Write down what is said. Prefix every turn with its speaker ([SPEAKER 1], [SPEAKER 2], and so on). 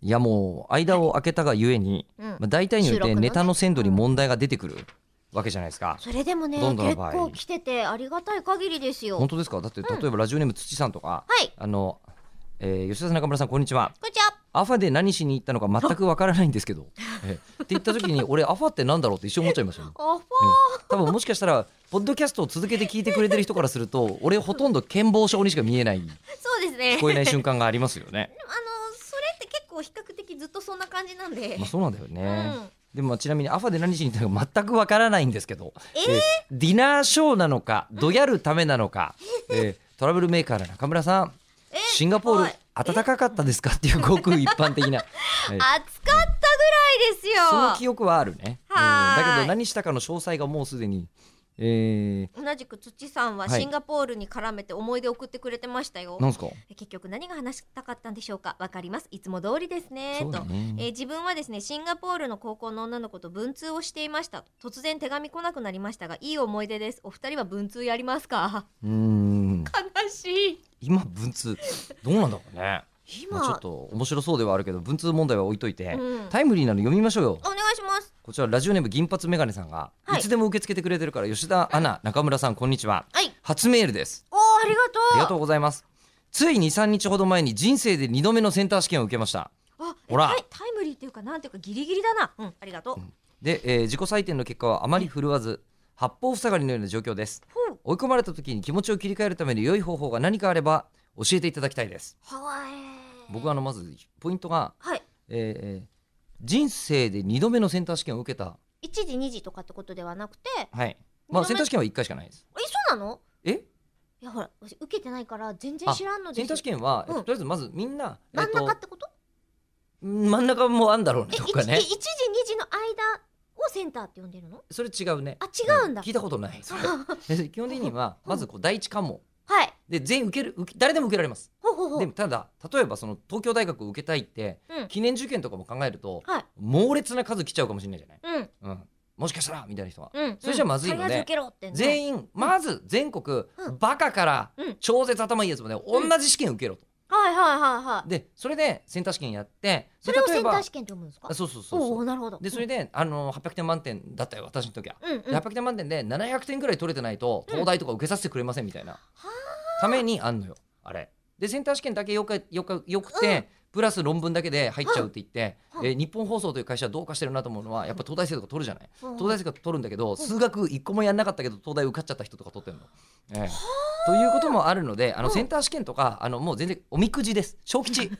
[SPEAKER 1] いやもう間を空けたがゆえに、
[SPEAKER 2] うん
[SPEAKER 1] まあ、大体によっ
[SPEAKER 2] 収
[SPEAKER 1] て
[SPEAKER 2] 録のね
[SPEAKER 1] ネタの鮮度に問題が出てくるわけじゃないですか。
[SPEAKER 2] それでもね
[SPEAKER 1] どんどん
[SPEAKER 2] 結
[SPEAKER 1] 場合
[SPEAKER 2] 構来ててありがたい限りですよは
[SPEAKER 1] 本当ですかだって例えばラジオネーム土さんとか、
[SPEAKER 2] い
[SPEAKER 1] あの、えー吉田さん中村さんこんにちは。
[SPEAKER 2] こんにちは
[SPEAKER 1] アファで何しに行ったのか全くわからないんですけ ど、ええって言った時に俺アファってなんだろうって一瞬思っちゃいました よ、
[SPEAKER 2] おフ
[SPEAKER 1] ええ多分もしかしたらポッドキャストを続けて聞いてくれてる人からすると俺ほとんど健忘症にしか見えない聞
[SPEAKER 2] そうですね
[SPEAKER 1] こえない瞬間がありますよね
[SPEAKER 2] あのそれって結構比較的ずっとそんな感じなんで
[SPEAKER 1] まあそうなんだよね、
[SPEAKER 2] うん
[SPEAKER 1] でもまあちなみにアファで何しに行ったのか全くわからないんですけど、えディナーショーなのかどやるためなのか、ええトラブルメーカーの中村さんシンガポール
[SPEAKER 2] はい
[SPEAKER 1] 暖かかったですかっていうごく一般的な、 ええ
[SPEAKER 2] 暑かったぐらいですよ
[SPEAKER 1] その記憶はあるね。うん
[SPEAKER 2] はーい
[SPEAKER 1] だけど何したかの詳細がもうすでに、え
[SPEAKER 2] 同じく土さんは
[SPEAKER 1] はい
[SPEAKER 2] シンガポールに絡めて思い出を送ってくれてましたよ、
[SPEAKER 1] ー、なんすか。
[SPEAKER 2] 結局何が話したかったんでしょうかわかりますいつも通りですね
[SPEAKER 1] そうだ
[SPEAKER 2] と、
[SPEAKER 1] ね
[SPEAKER 2] えー自分はですねシンガポールの高校の女の子と文通をしていました突然手紙来なくなりましたがいい思い出ですお二人は文通やりますか
[SPEAKER 1] うーん。
[SPEAKER 2] 悲しい
[SPEAKER 1] 今文通どうなんだろうね。ま
[SPEAKER 2] 今、
[SPEAKER 1] あちょっと面白そうではあるけど文通問題は置いといて、
[SPEAKER 2] うん
[SPEAKER 1] タイムリーなの読みましょうよ
[SPEAKER 2] お。願いします
[SPEAKER 1] こちらラジオネーム銀髪メガネさんが、
[SPEAKER 2] はい
[SPEAKER 1] い、つでも受け付けてくれてるから吉田アナ中村さんこんにちは。
[SPEAKER 2] はい
[SPEAKER 1] 初メールです。
[SPEAKER 2] おーありがとう
[SPEAKER 1] ありがとうございます。つい2、3日ほど前に人生で2度目のセンター試験を受けました。
[SPEAKER 2] あえ
[SPEAKER 1] ほら
[SPEAKER 2] タイタイムリーっていうかなんていうかギリギリだなうんありがとう、
[SPEAKER 1] で、えー自己採点の結果はあまり振るわず、八方塞がりのような状況です。
[SPEAKER 2] ほう
[SPEAKER 1] 追い込まれた時に気持ちを切り替えるために良い方法が何かあれば教えていただきたいです
[SPEAKER 2] はーい
[SPEAKER 1] 僕はあのまずポイントが、
[SPEAKER 2] はい
[SPEAKER 1] えー人生で2度目のセンター試験を受けた、
[SPEAKER 2] 1時2時とかってことではなくてえ
[SPEAKER 1] はいま
[SPEAKER 2] 二度目
[SPEAKER 1] あ、センター試験は1回しかないです
[SPEAKER 2] そうなの
[SPEAKER 1] え
[SPEAKER 2] いやほら私受けてないから全然知らんの
[SPEAKER 1] セ
[SPEAKER 2] で
[SPEAKER 1] ン
[SPEAKER 2] す
[SPEAKER 1] ター
[SPEAKER 2] よ
[SPEAKER 1] 試験は、
[SPEAKER 2] うん
[SPEAKER 1] とりあえずまずみんな、え
[SPEAKER 2] 真
[SPEAKER 1] っ
[SPEAKER 2] ん
[SPEAKER 1] と
[SPEAKER 2] 中ってこと
[SPEAKER 1] 真ん中もあんだろうね
[SPEAKER 2] え、
[SPEAKER 1] と
[SPEAKER 2] 一
[SPEAKER 1] か
[SPEAKER 2] 時、
[SPEAKER 1] ね
[SPEAKER 2] 一時、二時の間をセンターって呼んでるの。
[SPEAKER 1] それ違うね
[SPEAKER 2] あ、違うんだ。
[SPEAKER 1] 聞いたことないそれ
[SPEAKER 2] あ
[SPEAKER 1] で基本的にはまずこう第一関門
[SPEAKER 2] はい。
[SPEAKER 1] で全員受ける受け誰でも受けられます
[SPEAKER 2] ほうほうほ
[SPEAKER 1] で
[SPEAKER 2] う
[SPEAKER 1] も。ただ例えばその東京大学を受けたいって、
[SPEAKER 2] うん
[SPEAKER 1] 記念受験とかも考えると
[SPEAKER 2] はい。
[SPEAKER 1] 猛烈な数来ちゃうかもしれないじゃない
[SPEAKER 2] うん。
[SPEAKER 1] うん、もしかしたらみたいな人は、
[SPEAKER 2] うん。
[SPEAKER 1] それじゃまずいので
[SPEAKER 2] 必ず受けろってね。員。
[SPEAKER 1] 全員まず全国、
[SPEAKER 2] うん
[SPEAKER 1] バカから
[SPEAKER 2] うん
[SPEAKER 1] 超絶頭いいやつまで同
[SPEAKER 2] ん
[SPEAKER 1] じ試験受けろと、
[SPEAKER 2] はいはいはいはい。
[SPEAKER 1] でそれでセンター試験やって
[SPEAKER 2] それを
[SPEAKER 1] で
[SPEAKER 2] センター試験って読むんですか。
[SPEAKER 1] あそうそうそう
[SPEAKER 2] お
[SPEAKER 1] そ
[SPEAKER 2] お、
[SPEAKER 1] う
[SPEAKER 2] なるほど。
[SPEAKER 1] でそれで、あの800点満点だったよ私の時は、
[SPEAKER 2] うん。うん
[SPEAKER 1] で
[SPEAKER 2] うん。
[SPEAKER 1] 800点満点で700点ぐらい取れてないと東大とか受けさせてくれませんみたいな、ためにあんのよあれでセンター試験だけよかよかよくて、プラス論文だけで入っちゃうって言って、
[SPEAKER 2] うん
[SPEAKER 1] えー日本放送という会社はどうかしてるなと思うのはやっぱ東大生とか取るじゃない、
[SPEAKER 2] 東
[SPEAKER 1] 東大生が取るんだけど数学一個もやんなかったけど東大受かっちゃった人とか取ってんの。ええということもあるのであのセンター試験とかあのもう全然おみくじです小吉